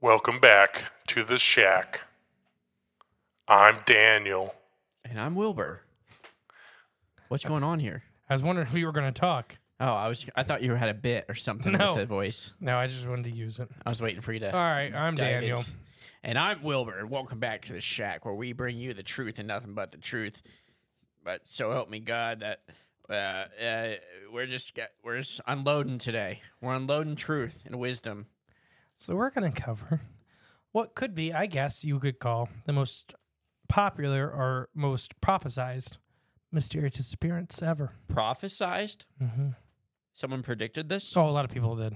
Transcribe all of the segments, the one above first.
Welcome back to the shack. I'm Daniel. And I'm Wilbur. What's going on here? I was wondering if you were going to talk. Oh, I was I thought you had a bit or something No. with the voice. No, I just wanted to use it. I was waiting for you to All right, I'm dive Daniel. in. And I'm Wilbur. Welcome back to the shack where we bring you the truth and nothing but the truth. But so help me God that uh, uh, we're just get, we're just unloading today. We're unloading truth and wisdom. So we're going to cover what could be, I guess you could call the most popular or most prophesized mysterious disappearance ever. Prophesized? Mm-hmm. Someone predicted this? Oh, a lot of people did.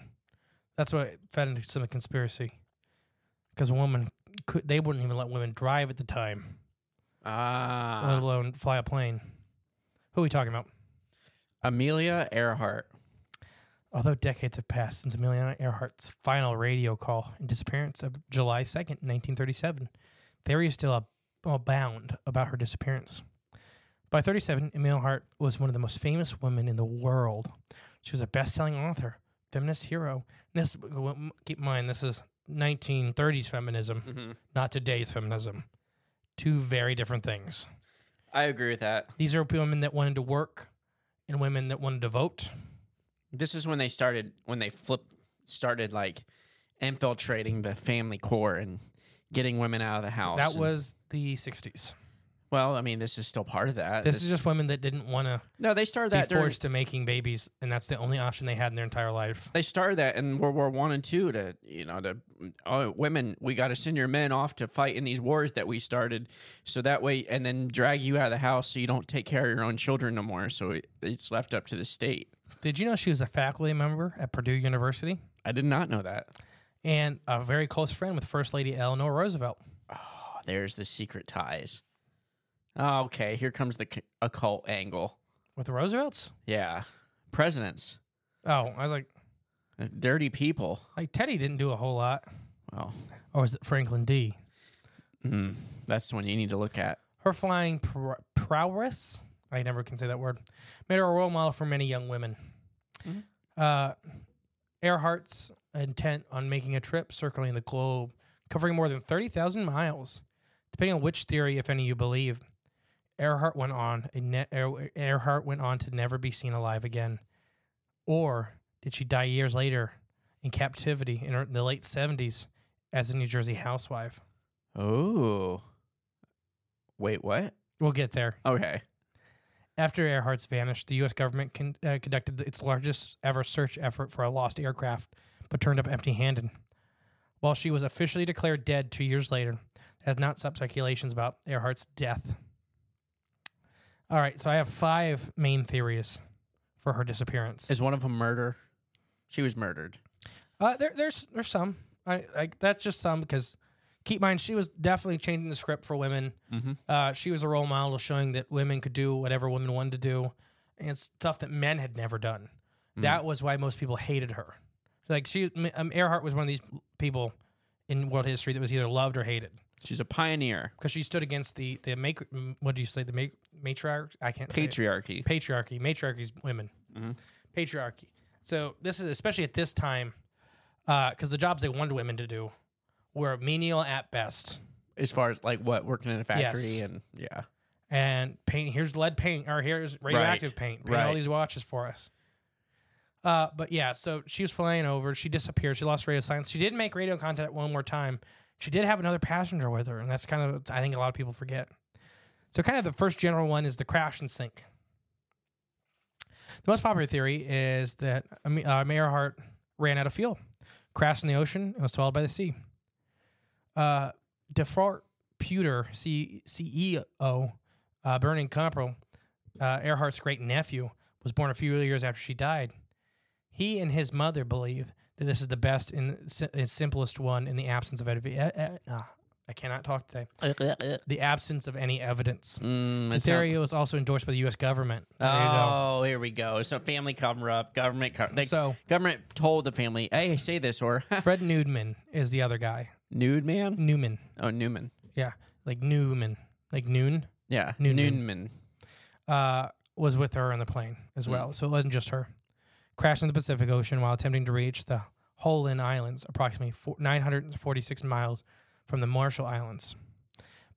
That's what fed into some conspiracy. Because women could, they wouldn't even let women drive at the time, let Ah. alone fly a plane. Who are we talking about? Amelia Earhart. Although decades have passed since Amelia Earhart's final radio call and disappearance of July 2nd, 1937, theories still ab- abound about her disappearance. By 37, Amelia Earhart was one of the most famous women in the world. She was a best-selling author, feminist hero. And this, keep in mind, this is 1930s feminism, not today's feminism. Two very different things. I agree with that. These are women that wanted to work and women that wanted to vote. This is when they started when they flipped started like infiltrating the family core and getting women out of the house. That and- was the 60s. well, I mean, this is still part of that. This is just women that didn't want to no. They started be that during, forced to making babies, and that's the only option they had in their entire life. they started that in World War One and Two to you know to oh women we got to send your men off to fight in these wars that we started so that way and then drag you out of the house so you don't take care of your own children no more so it, it's left up to the state. Did you know she was a faculty member at Purdue University I did not know that. and a very close friend with First Lady Eleanor Roosevelt? Oh, there's the secret ties. Oh, okay, here comes the c- occult angle. With the Roosevelts? Yeah, presidents, Oh, I was like, dirty people. like Teddy didn't do a whole lot, Well, or was it Franklin D? mm, that's the one you need to look at. Her flying pr- prowess, I never can say that word, made her a role model for many young women. Uh, Earhart's intent on making a trip circling the globe, covering more than 30,000 miles, depending on which theory, if any, you believe. Earhart went on a ne- Ear- Earhart went on to never be seen alive again. Or did she die years later in captivity in her- the late 70s as a New Jersey housewife? Oh, wait, what? We'll get there. Okay. After Earhart's vanished, the U.S. government con- uh, conducted its largest ever search effort for a lost aircraft, but turned up empty handed. While she was officially declared dead two years later, there have not stopped speculations about Earhart's death. All right, so I have five main theories for her disappearance. Is one of them murder? She was murdered. Uh, there, there's there's some. I like that's just some because keep in mind she was definitely changing the script for women. Uh, she was a role model showing that women could do whatever women wanted to do, and stuff that men had never done. That was why most people hated her. Like she, um, Earhart was one of these people in world history that was either loved or hated She's a pioneer. because she stood against the the make. What do you say? The ma- matriarch? I can't. say it Patriarchy. patriarchy. Matriarchy's women. Patriarchy. So this is especially at this time, because the jobs they wanted women to do were menial at best, As far as like what working in a factory Yes. and yeah. and paint. Here's lead paint, or here's radioactive paint. Paint all right. these watches for us. Uh, but yeah, so she was flying over. She disappeared. She lost radio silence. She did make radio contact one more time. She did have another passenger with her, and that's kind of I think a lot of people forget. So kind of the first general one is the crash and sink. The most popular theory is that Am- uh, Mayor Hart ran out of fuel, crashed in the ocean, and was swallowed by the sea. Uh, Defart Pewter, C- E CEO, uh, Vernon Comprel, uh, Earhart's great nephew, was born a few years after she died. He and his mother believe that this is the best and si- and simplest one in the absence of any. Uh, uh, ah, I cannot talk today. The absence of any evidence. Mm, The it's not- theory was also endorsed by the U.S. government. There you go. Oh, here we go. So family cover up, government cover. They, So- government told the family, "Hey, say this or Fred Newman is the other guy. nude man." Newman, Oh, Newman. yeah, like Newman, like noon. Yeah, Newman. Newman. uh, was with her on the plane as well. So it wasn't just her. Crashed in the Pacific Ocean while attempting to reach the Howland Islands, approximately four, 946 miles from the Marshall Islands.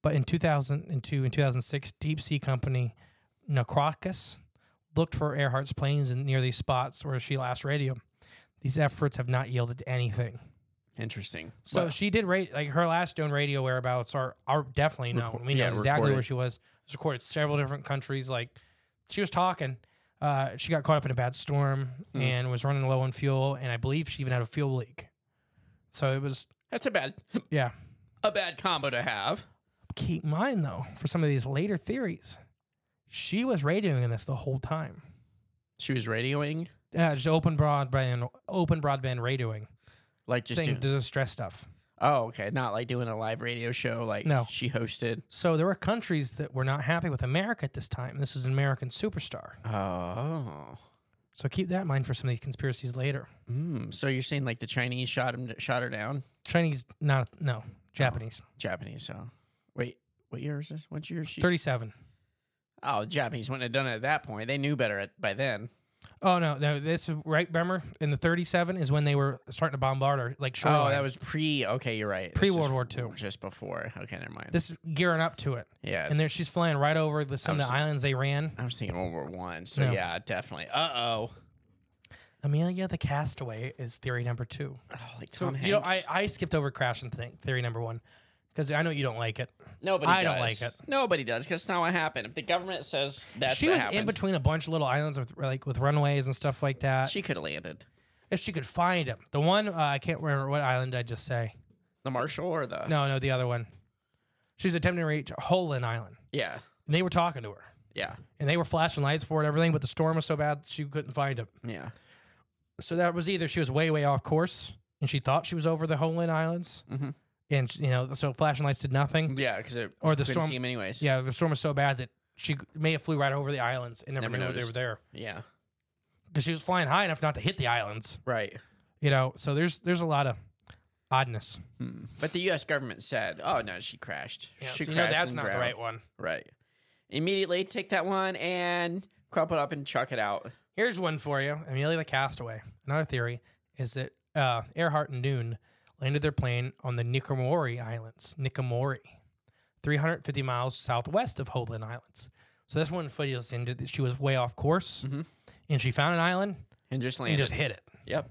But in 2002 and 2006, deep sea company Nakrokis looked for Earhart's planes in near these spots where she last radioed. These efforts have not yielded anything. Interesting. So Well, she did rate like her last known radio whereabouts are are definitely known. we know yeah, exactly where recorded. she was. It was recorded several different countries. Like she was talking. Uh, she got caught up in a bad storm Hmm. and was running low on fuel, and I believe she even had a fuel leak. So it was that's a bad, yeah. a bad combo to have. Keep in mind though, for some of these later theories, she was radioing this the whole time. She was radioing, Yeah, just open broadband, open broadband radioing, like just saying doing- distress stuff. Oh, okay. Not like doing a live radio show like No. she hosted. So there were countries that were not happy with America at this time. This was an American superstar. Oh. So keep that in mind for some of these conspiracies later. Mm. So you're saying like the Chinese shot him shot her down? Chinese, not no, Japanese. Oh. Japanese, so wait, what year is this? What year is she? Thirty-seven. Oh, the Japanese wouldn't have done it at that point. They knew better at, by then. Oh no, no, this is right. Remember, in the thirty-seven is when they were starting to bombard our like shoreline. Oh, that was pre. Okay, you're right. This Pre is World War Two. Just before. Okay, never mind. This is gearing up to it, yeah. and there she's flying right over the, some of the Absolutely. islands they ran. I was thinking World War One. So No. yeah, definitely. Uh oh. Amelia the Castaway is theory number two. Oh, Like So Tom Hanks. you know, I, I skipped over crash and think theory number one because I know you don't like it. Nobody I does. don't like it. Nobody does because it's not what happened. If the government says that's she what was in happened, between a bunch of little islands with like with runways and stuff like that. she could have landed. if she could find him, the one uh, I can't remember what island I just say. The Marshall or the No, no, the other one. She's attempting to reach Holen Island. Yeah, And they were talking to her. yeah, And they were flashing lights for it, everything, but the storm was so bad she couldn't find him. yeah. So that was either she was way, way off course and she thought she was over the Holen Islands. Mhm. And, you know, so flashing lights did nothing. Yeah, because it Or the couldn't storm- see him anyways. Yeah, the storm was so bad that she may have flew right over the islands and never, Never knew noticed. they were there yeah, because she was flying high enough not to hit the islands. right. You know, so there's there's a lot of oddness. But the U.S. government said, "Oh no, she crashed. Yeah, she so you crashed know that's and not the drowned." right one. Right. Immediately take that one and crumple it up and chuck it out. Here's one for you. Amelia the Castaway. Another theory is that uh, Earhart and Noon landed their plane on the Nikomori Islands, Nikomori, 350 miles southwest of Holand Islands. So this one footage is into that she was way off course, and she found an island and just and landed. just hit it. Yep.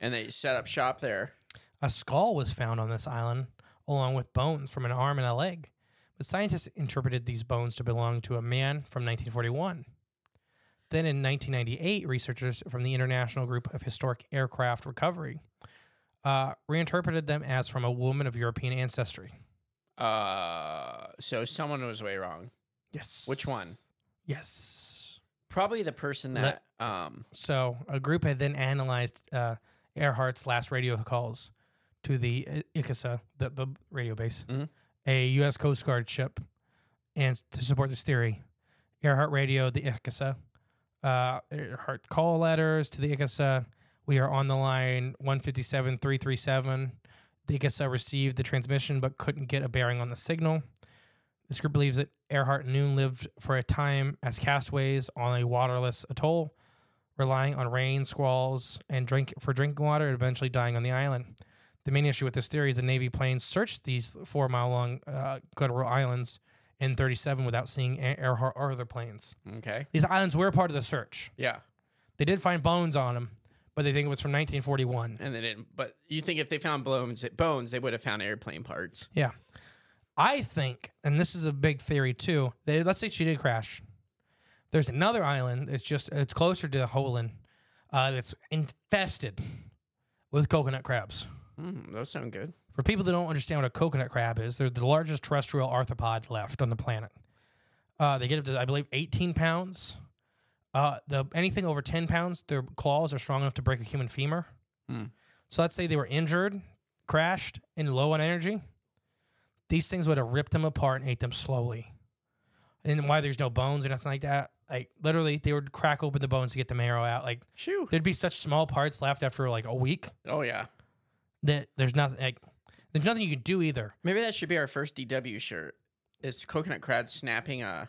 And they set up shop there. A skull was found on this island, along with bones from an arm and a leg. But scientists interpreted these bones to belong to a man from 1941. Then in 1998, researchers from the International Group of Historic Aircraft Recovery uh, reinterpreted them as from a woman of European ancestry. Uh, so someone was way wrong. Yes. Which one? Yes. Probably the person that. um. So a group had then analyzed uh, Earhart's last radio calls to the I- Icasa, the, the radio base, Mhm. a U.S. Coast Guard ship, and s- to support this theory, Earhart radioed the Icasa. Uh, Earhart call letters to the Icasa. We are on the line 157 337. The Icasa received the transmission but couldn't get a bearing on the signal. This group believes that Earhart and Noon lived for a time as castaways on a waterless atoll, relying on rain, squalls, and drink for drinking water, and eventually dying on the island. The main issue with this theory is the Navy planes searched these four mile long uh, guttural islands in 37 without seeing Ear- Earhart or other planes. Okay. These islands were part of the search. Yeah. They did find bones on them, but they think it was from 1941. And they didn't. But you think if they found bones, bones, they would have found airplane parts. Yeah. I think, and this is a big theory too, that let's say she did crash. There's another island that's just it's closer to Holand uh, that's infested with coconut crabs. Mm, those sound good. For people that don't understand what a coconut crab is, they're the largest terrestrial arthropod left on the planet. Uh, they get up to, I believe, 18 pounds. Uh, the anything over 10 pounds, their claws are strong enough to break a human femur. Hmm. So let's say they were injured, crashed, and low on energy. These things would have ripped them apart and ate them slowly. And why there's no bones or nothing like that? Like literally, they would crack open the bones to get the marrow out. Like Shoo. there'd be such small parts left after like a week Oh, yeah. that there's nothing. Like there's nothing you can do either. Maybe that should be our first DW shirt. Is coconut crab snapping uh,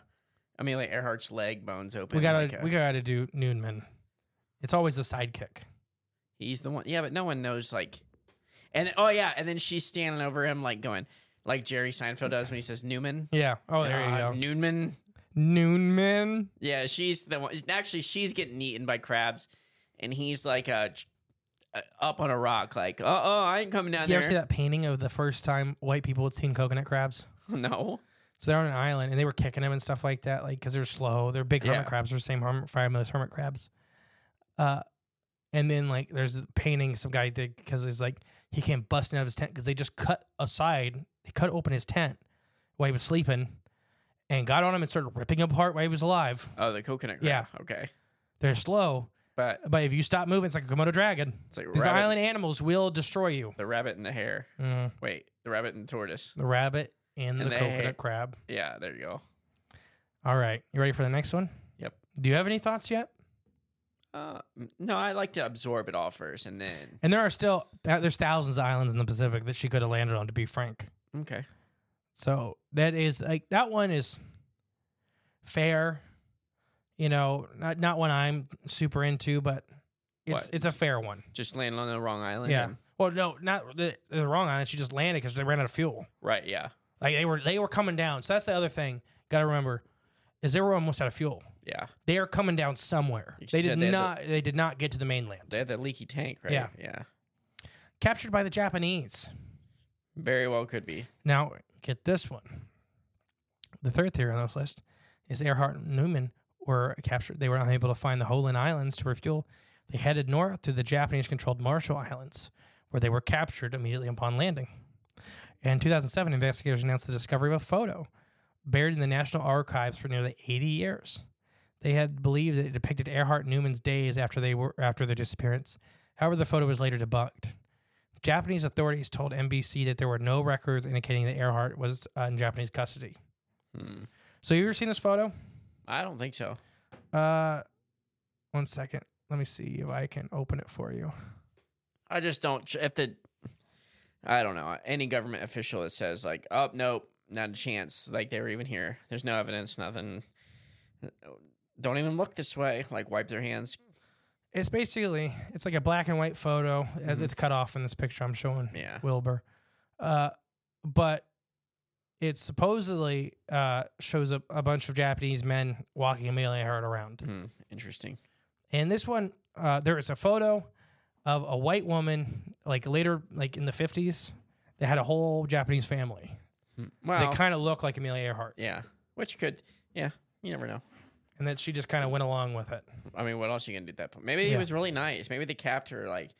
Amelia Earhart's leg bones open? We gotta like uh, a- we gotta do Noonman. It's always the sidekick. He's the one. Yeah, but no one knows like. And oh yeah, and then she's standing over him like going like Jerry Seinfeld does when he says Newman. Uh, Yeah. Oh, there you go. Newman. Noonman. Yeah, she's the one. Actually, she's getting eaten by crabs, and he's like uh, ch- uh, up on a rock, like, "Uh oh, I ain't coming down Do you there." ever see that painting of the first time white people had seen coconut crabs? No, So they're on an island and they were kicking them and stuff like that, like because they're slow. They're big hermit Yeah. crabs. They're the same hermit, family as hermit crabs. Uh, and then like there's a painting some guy did because he's like he came busting out of his tent because they just cut aside, they cut open his tent while he was sleeping, and got on him and started ripping him apart while he was alive. oh, the coconut crab. Yeah, okay, They're slow, but But if you stop moving, it's like a Komodo dragon. it's like These rabbit, island animals will destroy you. the rabbit and the hare. Mm. Wait, the rabbit and the tortoise. The rabbit and, And the the coconut hare. crab. Yeah, there you go. All right, you ready for the next one? Yep. Do you have any thoughts yet? Uh, m- no, I like to absorb it all first, and then And there are still th- there's thousands of islands in the Pacific that she could have landed on. To be frank, okay, so that is like that one is fair. You know, not not one I'm super into, but it's What? it's a fair one. just landing on the wrong island. Yeah. and- Well, no, not the, the wrong island. She just landed because they ran out of fuel. right. Yeah, Like they were they were coming down. So that's the other thing. Got to remember is they were almost out of fuel. yeah. They are coming down somewhere. You They said did they had not they did not get to the mainland. They had that leaky tank, right? Yeah. yeah. Captured by the Japanese. Very well could be. Now get this one. The third theory on this list is Earhart and Newman were captured. They were unable to find the Holand Islands to refuel. They headed north to the Japanese-controlled Marshall Islands, where they were captured immediately upon landing. In 2007, investigators announced the discovery of a photo buried in the National Archives for nearly 80 years. They had believed that it depicted Earhart and Newman's days after they were after their disappearance. However, the photo was later debunked. Japanese authorities told NBC that there were no records indicating that Earhart was uh, in Japanese custody. Hmm. So you ever seen this photo? I don't think so. Uh, one second. Let me see if I can open it for you. I just don't. tr- If the, I don't know any government official that says like, "Oh nope, not a chance," like they were even here. There's no evidence, nothing. Don't even look this way. Like wipe their hands. It's basically it's like a black and white photo uh, that's cut off in this picture I'm showing Mm-hmm. Yeah. Wilbur, uh, but it supposedly uh, shows a, a bunch of Japanese men walking Amelia Earhart around. Hmm, interesting. And this one, uh, there is a photo of a white woman, like later, like in the fifties, that had a whole Japanese family. Well, They kind of look like Amelia Earhart, yeah. Which could, yeah. You never know. and that she just kind of went along with it. I mean, what else you gonna do at that point? Maybe he Yeah. was really nice. Maybe they captured her. Like,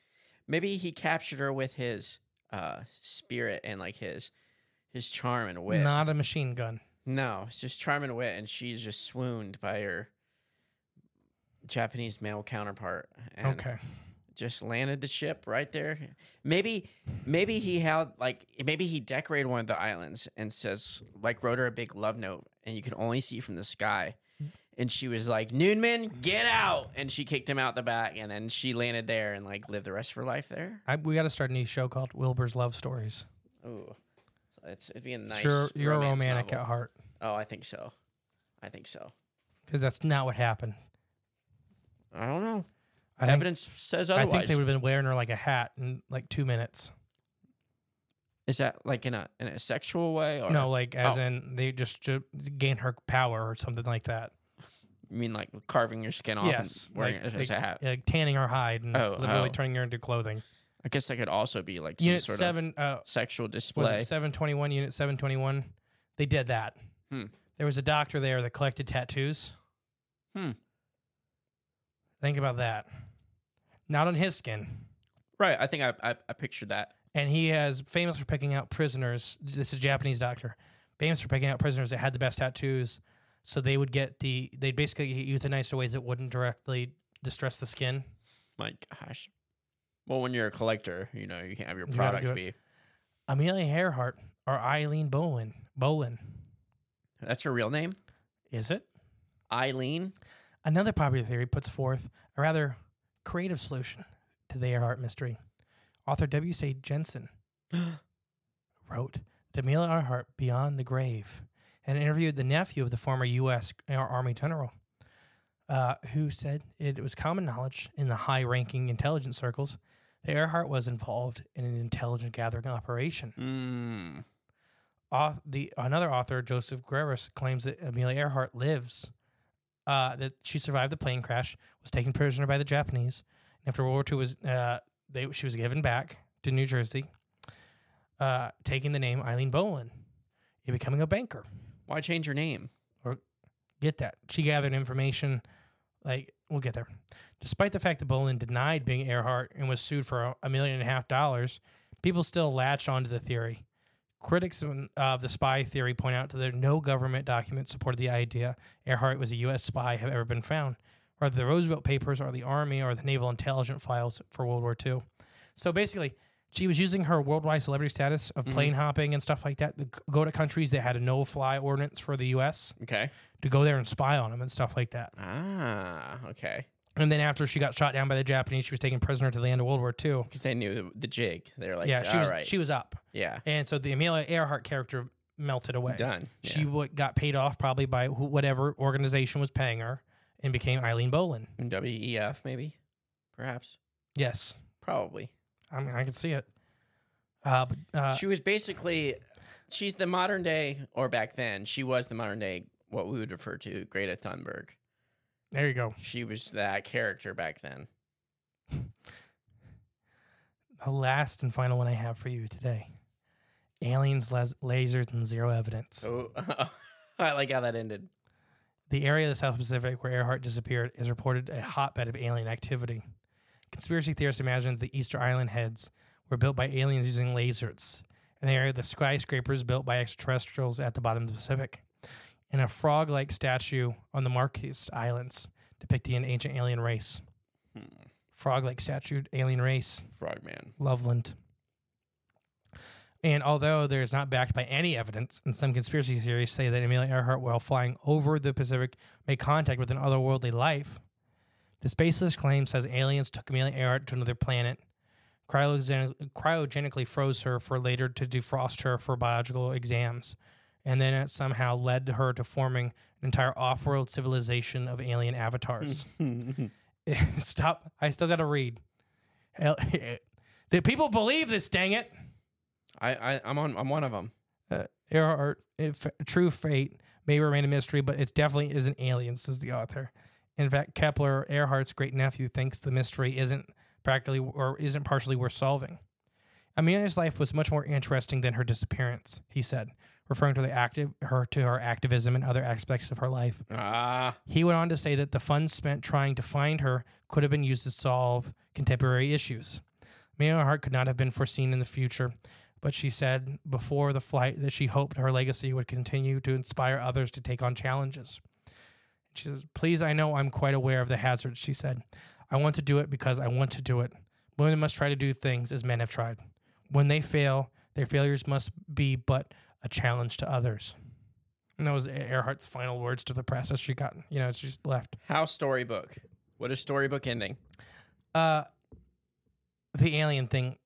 maybe he captured her with his uh spirit and like his his charm and wit. Not a machine gun. No, it's just charm and wit, and she's just swooned by her Japanese male counterpart. And okay. just landed the ship right there. Maybe, maybe he had like maybe he decorated one of the islands and says like wrote her a big love note, and you could only see from the sky. And she was like, "Noonman, get out!" And she kicked him out the back, and then she landed there and like lived the rest of her life there. I, we got to start a new show called Wilbur's Love Stories. Ooh, So it's it'd be a nice. sure, you're a romantic novel. at heart Oh, I think so. I think so. because that's not what happened. I don't know. I think, Evidence says I otherwise. think they would have been wearing her like a hat in like two minutes. Is that like in a in a sexual way or No, like as Oh. in they just to gain her power or something like that. You mean like carving your skin off yes, and wearing like, it as a like- hat? like tanning her hide and Oh, literally oh. turning her into clothing. I guess that could also be like some Unit sort of seven, uh, sexual display. was it seven twenty one? Unit seven twenty one. They did that. Hmm. There was a doctor there that collected tattoos. Hmm. Think about that. Not on his skin. Right. I think I, I I pictured that. And he has famous for picking out prisoners. This is a Japanese doctor. Famous for picking out prisoners that had the best tattoos. So they would get the they'd basically get euthanized in ways that wouldn't directly distress the skin. My gosh. Well, when you're a collector, you know you can't have your You gotta do product it. be. Amelia Earhart or Eileen Bolin. Bolin. That's her real name, Is it? Eileen. Another popular theory puts forth a rather creative solution to the Earhart mystery. Author W. C. Jensen wrote to Amelia Earhart Beyond the Grave and interviewed the nephew of the former U.S. Army general, uh, who said it was common knowledge in the high ranking intelligence circles that Earhart was involved in an intelligence gathering operation. Mm. Auth- the another author, Joseph Greris, claims that Amelia Earhart lives, uh, that she survived the plane crash, was taken prisoner by the Japanese, and after World War II was uh, they she was given back to New Jersey, uh, taking the name Eileen Bolin, and becoming a banker. Why change your name? Get that she gathered information, like we'll get there. Despite the fact that Bolin denied being Earhart and was sued for a- a million and a half dollars, people still latched onto the theory. Critics of of the spy theory point out that no government documents supported the idea Earhart was a U.S. spy have ever been found. Rather, the Roosevelt Papers or the Army or the Naval Intelligence Files for World War II. So basically, she was using her worldwide celebrity status of plane hopping and stuff like that to c- go to countries that had a no-fly ordinance for the U.S. Okay. to go there and spy on them and stuff like that. Ah. Okay. And then after she got shot down by the Japanese, she was taken prisoner to the end of World War II. Because they knew the, the jig. They were like, yeah, she was "Alright, she was up, yeah. and so the Amelia Earhart character melted away. Done. She Yeah. wa- got paid off probably by wh- whatever organization was paying her, and became Eileen Bolin. WEF E maybe, perhaps, Yes, probably. I mean I can see it. Uh, but, uh, she was basically she's the modern day or back then she was the modern day what we would refer to Greta Thunberg. there you go. She was that character back then. The last and final one I have for you today: aliens, las- lasers, and zero evidence. So I like how that ended. The area of the South Pacific where Earhart disappeared is reported a hotbed of alien activity. Conspiracy theorists imagine the Easter Island heads were built by aliens using lasers, and the area of the skyscrapers built by extraterrestrials at the bottom of the Pacific, and a frog like statue on the Marquis Islands depicting an ancient alien race. Frog like statue, alien race. Frogman. Loveland. And although there is not backed by any evidence, and some conspiracy theories say that Amelia Earhart, while flying over the Pacific, made contact with an otherworldly life, this baseless claim says aliens took Amelia Earhart to another planet, cryogen- cryogenically froze her for later to defrost her for biological exams, and then it somehow led her to forming an entire off-world civilization of alien avatars. Stop! I still got to read. El- The people believe this, dang it. I, I I'm on I'm one of them. Uh, Earhart, if true fate may remain a mystery, but it definitely isn't alien, says the author. In fact, Kepler, Earhart's great nephew, thinks the mystery isn't practically or isn't partially worth solving. Amelia's life was much more interesting than her disappearance, he said, referring to the active her to her activism and other aspects of her life. Ah, He went on to say that the funds spent trying to find her could have been used to solve contemporary issues. Amelia Earhart could not have been foreseen in the future, but she said before the flight that she hoped her legacy would continue to inspire others to take on challenges. She says, Please, I know I'm quite aware of the hazards, she said. I want to do it because I want to do it. Women must try to do things as men have tried. When they fail, their failures must be but a challenge to others. And that was E- Earhart's final words to the press as she got, you know, as she left. How storybook? What a storybook ending. Uh, the alien thing.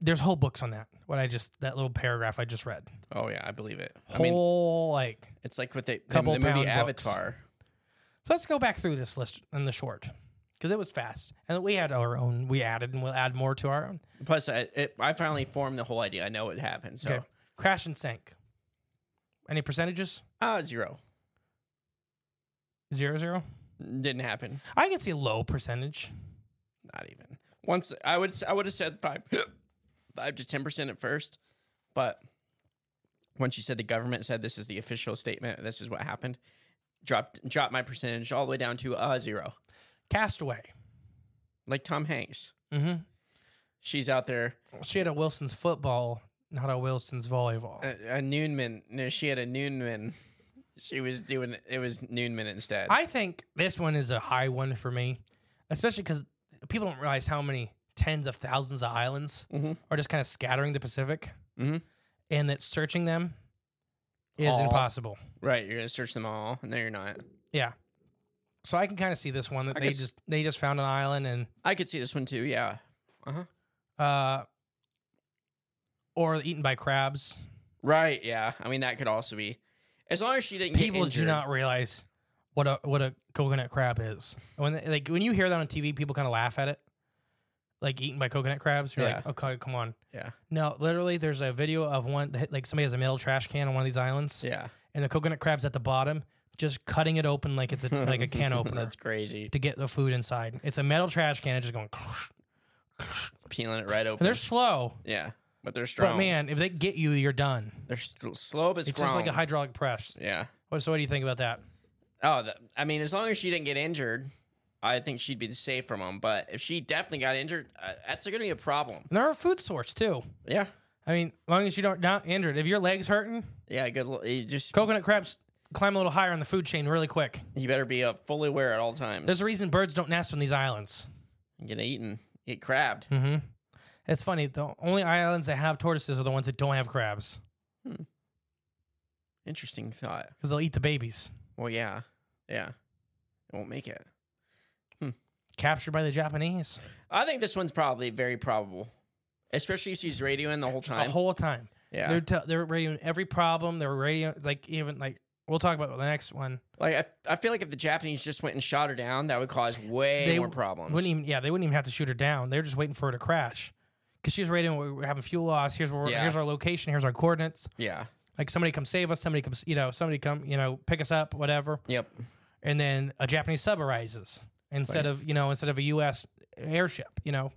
There's whole books on that. What I just that little paragraph I just read. Oh yeah, I believe it. I mean, Whole like. it's like with the, the, couple the movie pound books. Avatar. So let's go back through this list in the short because it was fast, and we had our own. We added, and we'll add more to our own. Plus, I, it, I finally formed the whole idea. I know it happened. So, Okay. Crash and sank. Any percentages? ah, zero Zero zero. didn't happen. I can see low percentage. Not even once. I would s- I would have said five, five to ten percent at first, but once you said the government said this is the official statement, this is what happened. Dropped dropped my percentage all the way down to uh zero, Castaway. like Tom Hanks. Mm-hmm. She's out there. She had a Wilson's football, not a Wilson's volleyball. A, a Noonman. No, she had a Noonman. She was doing it was Noonman instead. I think this one is a high one for me, especially because people don't realize how many tens of thousands of islands Mhm. are just kind of scattering the Pacific, Mhm. and that searching them is Aw. impossible. right, you're gonna search them all. No, you're not. Yeah. So I can kind of see this one that I they guess- just they just found an island and I could see this one too. Yeah. Uh huh. uh or eaten by crabs. Right. Yeah. I mean, that could also be. As long as she didn't People get injured. do not realize what a what a coconut crab is. When they, like when you hear that on TV, people kind of laugh at it. Like eaten by coconut crabs, you're like, Yeah. okay, come on. Yeah. No, literally, there's a video of one like somebody has a metal trash can on one of these islands, Yeah. and the coconut crab's at the bottom, just cutting it open like it's a like a can opener That's crazy. to get the food inside. It's a metal trash can, it's just going. Peeling it right And open. they're slow, yeah. But they're strong. but man, if they get you, you're done. they're st- slow but It's strong. just like a hydraulic press. Yeah. What- So what do you think about that? Oh, that, I mean, as long as she didn't get injured, I think she'd be safe from them. But if she definitely got injured, uh, that's going to be a problem. And they're a food source too. Yeah. I mean, as long as you don't not injured. If your legs hurting, Yeah. Good. l- You just coconut crabs climb a little higher on the food chain really quick. you better be uh, fully aware at all times. There's a reason birds don't nest on these islands. get eaten. Get crabbed. Mm-hmm. It's funny. The only islands that have tortoises are the ones that don't have crabs Interesting thought. because they'll eat the babies. Well, yeah. Yeah. It won't make it. Captured by the Japanese I think this one's probably very probable, especially if she's radioing the whole time. the whole time. yeah, They're t- they're radioing every problem. They're radio like even like we'll talk about the next one. like I, I feel like if the Japanese just went and shot her down, that would cause way they more w- problems. Wouldn't even yeah, they wouldn't even have to shoot her down. They were just waiting for her to crash because she was radioing. "We- We're having fuel loss. Here's where we're, Yeah. here's our location. Here's our coordinates. yeah. Like somebody come save us. Somebody comes you know somebody come you know pick us up. Whatever. Yep. And then a Japanese sub arises instead of you know instead of a U.S. airship. You know,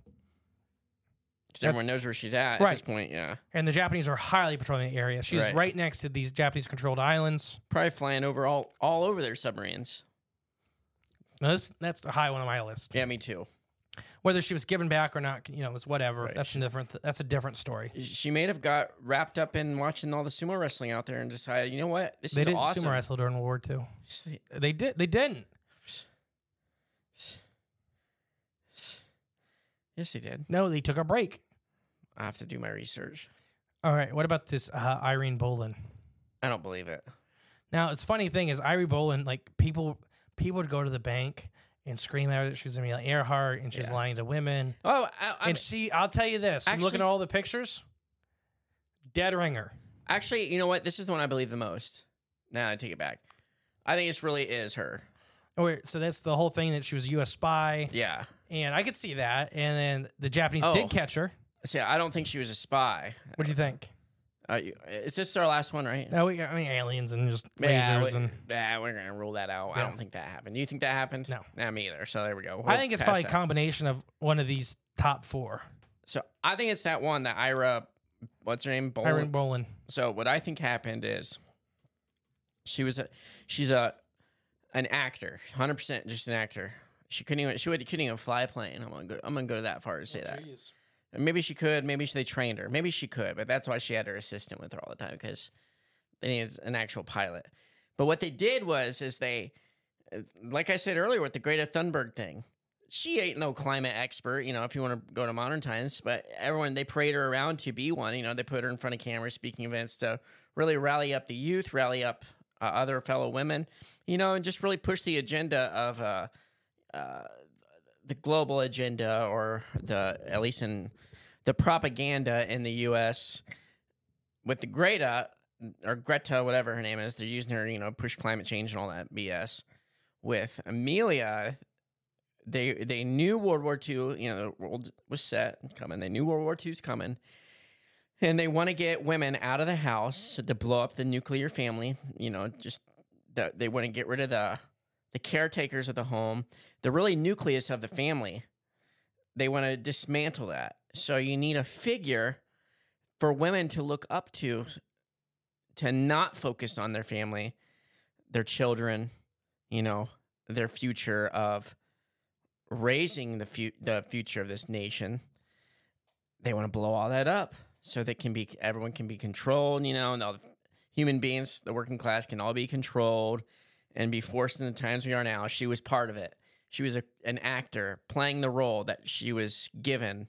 Because everyone knows where she's at at Right. this point. Yeah. and the Japanese are highly patrolling the area. She's Right. right, next to these Japanese controlled islands. Probably flying over all, all over their submarines. Now this that's the high one on my list. Yeah, me too. Whether she was given back or not, you know, is whatever. Right. That's a different. That's a different story. She may have got wrapped up in watching all the sumo wrestling out there and decided, you know what? This They is didn't awesome. sumo wrestle during World War II. Sli- They did. They didn't. Yes, they did. No, they took a break. I have to do my research. All right. What about this uh, Irene Bolin? I don't believe it. Now, it's funny thing is Irene Bolin, like people, people would go to the bank and scream at her that she's Amelia Earhart and she's Yeah. lying to women. Oh, I, I'm, and she, I'll tell you this, from looking Actually- at all the pictures, dead ringer. Actually, you know what? This is the one I believe the most. Now I take it back. I think this really is her. Oh, wait, so that's the whole thing that she was a U.S. spy, Yeah. and I could see that. And then the Japanese Oh. did catch her. See, I don't think she was a spy. What do you think? Uh, you- is this our last one, right? No, we, I mean aliens and just lasers Yeah, we, and. nah, we're gonna rule that out. I Yeah. don't think that happened. You think that happened? No. nah, me either. So there we go. I We're think it's past probably a that. combination of one of these top four. so. I think it's that one that Ira, what's her name? Boland. Irene Bolin. So what I think happened is she was a she's a an actor, hundred percent, just an actor. She couldn't even she would couldn't even fly a plane. I'm gonna go, I'm gonna go that far to say that. And Maybe she could. Maybe she, they trained her. Maybe she could. But that's why she had her assistant with her all the time because they needed an actual pilot. But what they did was is they, like I said earlier, with the Greta Thunberg thing, she ain't no climate expert, you know, if you want to go to modern times, but everyone, they parade her around to be one. You know, they put her in front of cameras, speaking events to really rally up the youth, rally up uh, other fellow women, you know, and just really push the agenda of uh, uh, the global agenda or the, at least in the propaganda in the U.S. with the Greta or Greta, whatever her name is, they're using her, you know, push climate change and all that BS. With Amelia, they they knew World War II, you know, the world was set and coming. They knew World War II's coming. And they want to get women out of the house to blow up the nuclear family, you know, just that they want to get rid of the the caretakers of the home, the really nucleus of the family. They want to dismantle that. So you need a figure for women to look up to to not focus on their family, their children, you know, their future of raising the fu- the future of this nation. They want to blow all that up so that can be everyone can be controlled, you know, and all the human beings, the working class can all be controlled and be forced in the times we are now. She was part of it. She was a, an actor playing the role that she was given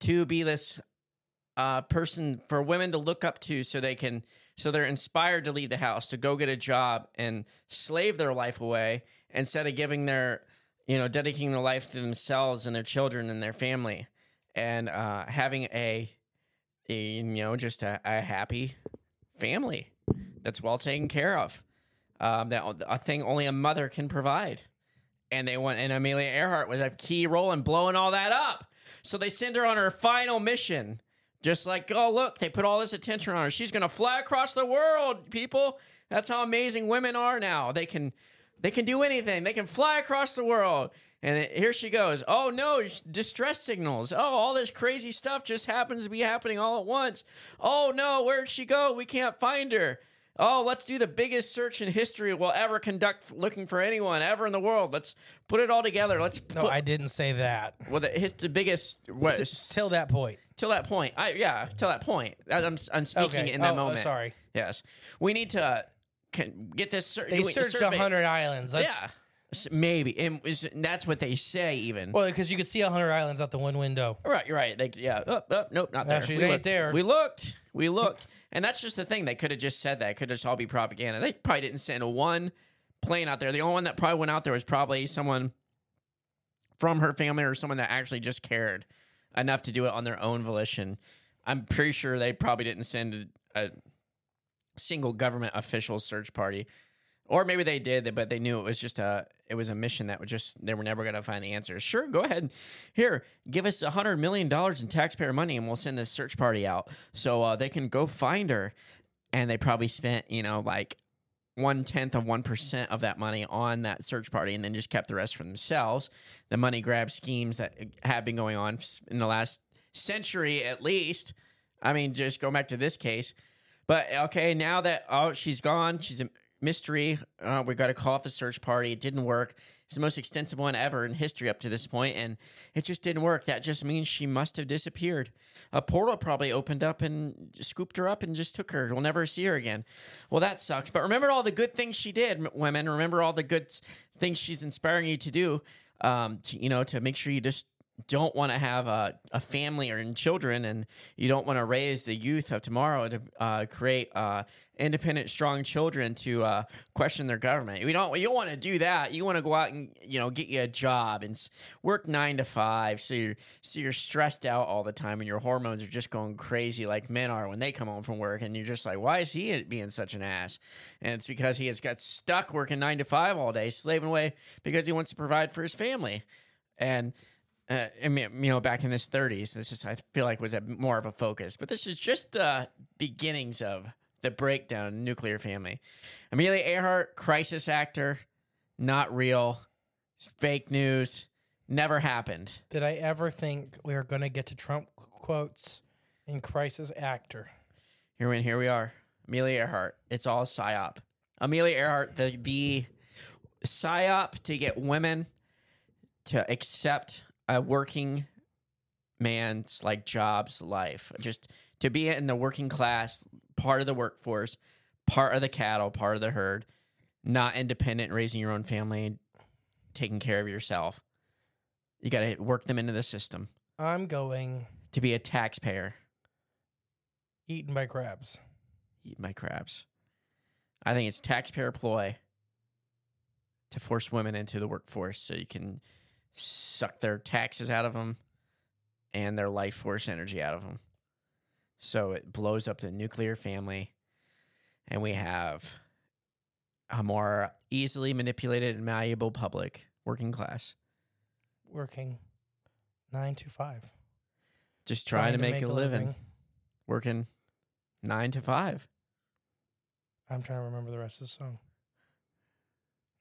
to be this uh, person for women to look up to so they can so they're inspired to leave the house to go get a job and slave their life away instead of giving their you know dedicating their life to themselves and their children and their family and uh, having a, a, you know just a, a happy family that's well taken care of um, that a thing only a mother can provide and they want and Amelia Earhart was a key role in blowing all that up. So they send her on her final mission. Just like, oh look, they put all this attention on her. She's gonna fly across the world, people. That's how amazing women are now. They can they can do anything. They can fly across the world. And it- here she goes. Oh no, sh- distress signals. Oh, all this crazy stuff just happens to be happening all at once. Oh no, where'd she go? We can't find her. Oh, let's do the biggest search in history we'll ever conduct f- looking for anyone ever in the world. Let's put it all together. Let's No, put, I didn't say that. well, the, his, the biggest what, Till that point. till that point. I yeah, till that point. I- I'm I'm speaking Okay. in that Oh, oh, moment. sorry. Yes, we need to uh, can get this. Sur- They wait, searched survey. a hundred islands. Let's, Yeah, S- maybe, and is- that's what they say. Even Well, because you could see a hundred islands out the one window. right, you're right. Like yeah, up, up, nope, not there. Actually, we they ain't looked. there. We looked. We looked, and that's just the thing. They could have just said that. It could just all be propaganda. They probably didn't send one plane out there. The only one that probably went out there was probably someone from her family or someone that actually just cared enough to do it on their own volition. I'm pretty sure they probably didn't send a, a single government official search party, or maybe they did, but they knew it was just a it was a mission that would just they were never going to find the answer. Sure, go ahead, here, give us a hundred million dollars in taxpayer money, and we'll send this search party out so uh, they can go find her. And they probably spent you know like one tenth of one percent of that money on that search party, and then just kept the rest for themselves. The money grab schemes that have been going on in the last century, at least. I mean, just go back to this case. But okay, now that oh she's gone, she's a mystery. Uh, we got to call off the search party. It didn't work. It's the most extensive one ever in history up to this point, and it just didn't work. That just means she must have disappeared. A portal probably opened up and scooped her up and just took her. We'll never see her again. Well, that sucks. But remember all the good things she did, m- women. Remember all the good s- things she's inspiring you to do. Um, to, you know, to make sure you just don't want to have a, a family or in children and you don't want to raise the youth of tomorrow to uh, create uh, independent strong children to uh, question their government we don't you don't want to do that you want to go out and you know get you a job and s- work nine to five so you're so you're stressed out all the time and your hormones are just going crazy like men are when they come home from work and you're just like why is he being such an ass and it's because he has got stuck working nine to five all day slaving away because he wants to provide for his family and uh, I mean, you know, back in his 30s, this is I feel like was a more of a focus. But this is just the beginnings of the breakdown of nuclear family. Amelia Earhart, crisis actor, not real, fake news, never happened. Did I ever think we were going to get to Trump quotes in crisis actor? Here we here we are. Amelia Earhart. It's all psyop. Amelia Earhart, the the psyop to get women to accept a working man's like job's life, just to be in the working class, part of the workforce, part of the cattle, part of the herd, not independent, raising your own family, taking care of yourself. You got to work them into the system I'm going to be a taxpayer. eaten by crabs. Eat my crabs. I think it's taxpayer ploy to force women into the workforce so you can suck their taxes out of them and their life force energy out of them. So it blows up the nuclear family, and we have a more easily manipulated and malleable public, working class, Working nine to five. just trying, to, make, a living, working nine to five. I'm trying to remember the rest of the song.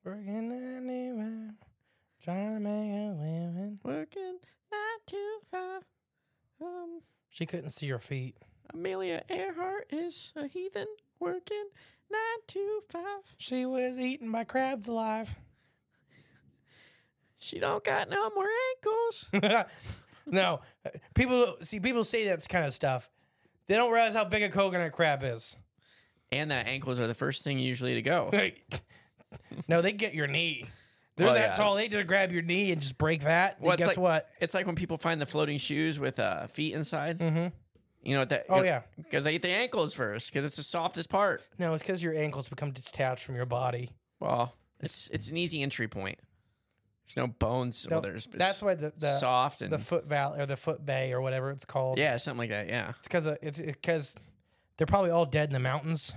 Working anywhere, trying to make a living. Working nine to five. Um, She couldn't see her feet. Amelia Earhart is a heathen working nine to five. She was eaten by crabs alive. She don't got no more ankles. no, people see people say that kind of stuff. They don't realize how big a coconut crab is. and that ankles are the first thing usually to go. no, they get your knee. They're Well, that yeah. tall. They just grab your knee and just break that. And Well, it's guess like- what? It's like when people find the floating shoes with uh, feet inside. Mm-hmm. You know what that? Oh, yeah. because they eat the ankles first because it's the softest part. No, it's because your ankles become detached from your body. Well, it's it's an easy entry point. There's no bones. No, well, there's but that's it's why the, the soft and the foot valley or the foot bay or whatever it's called. yeah, something like that. Yeah, it's because it's because they're probably all dead in the mountains,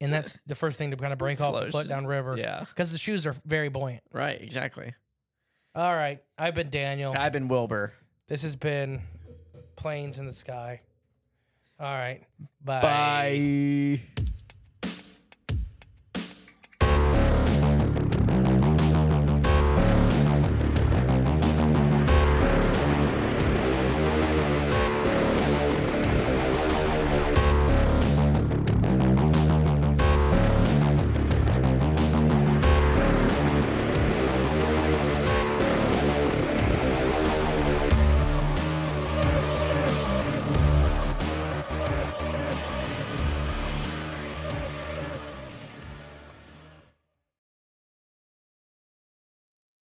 and that's the first thing to kind of break off the Flows foot is- downriver. yeah. because the shoes are very buoyant. right, exactly. All right, I've been Daniel. I've been Wilbur. This has been planes in the sky. All right, bye. Bye.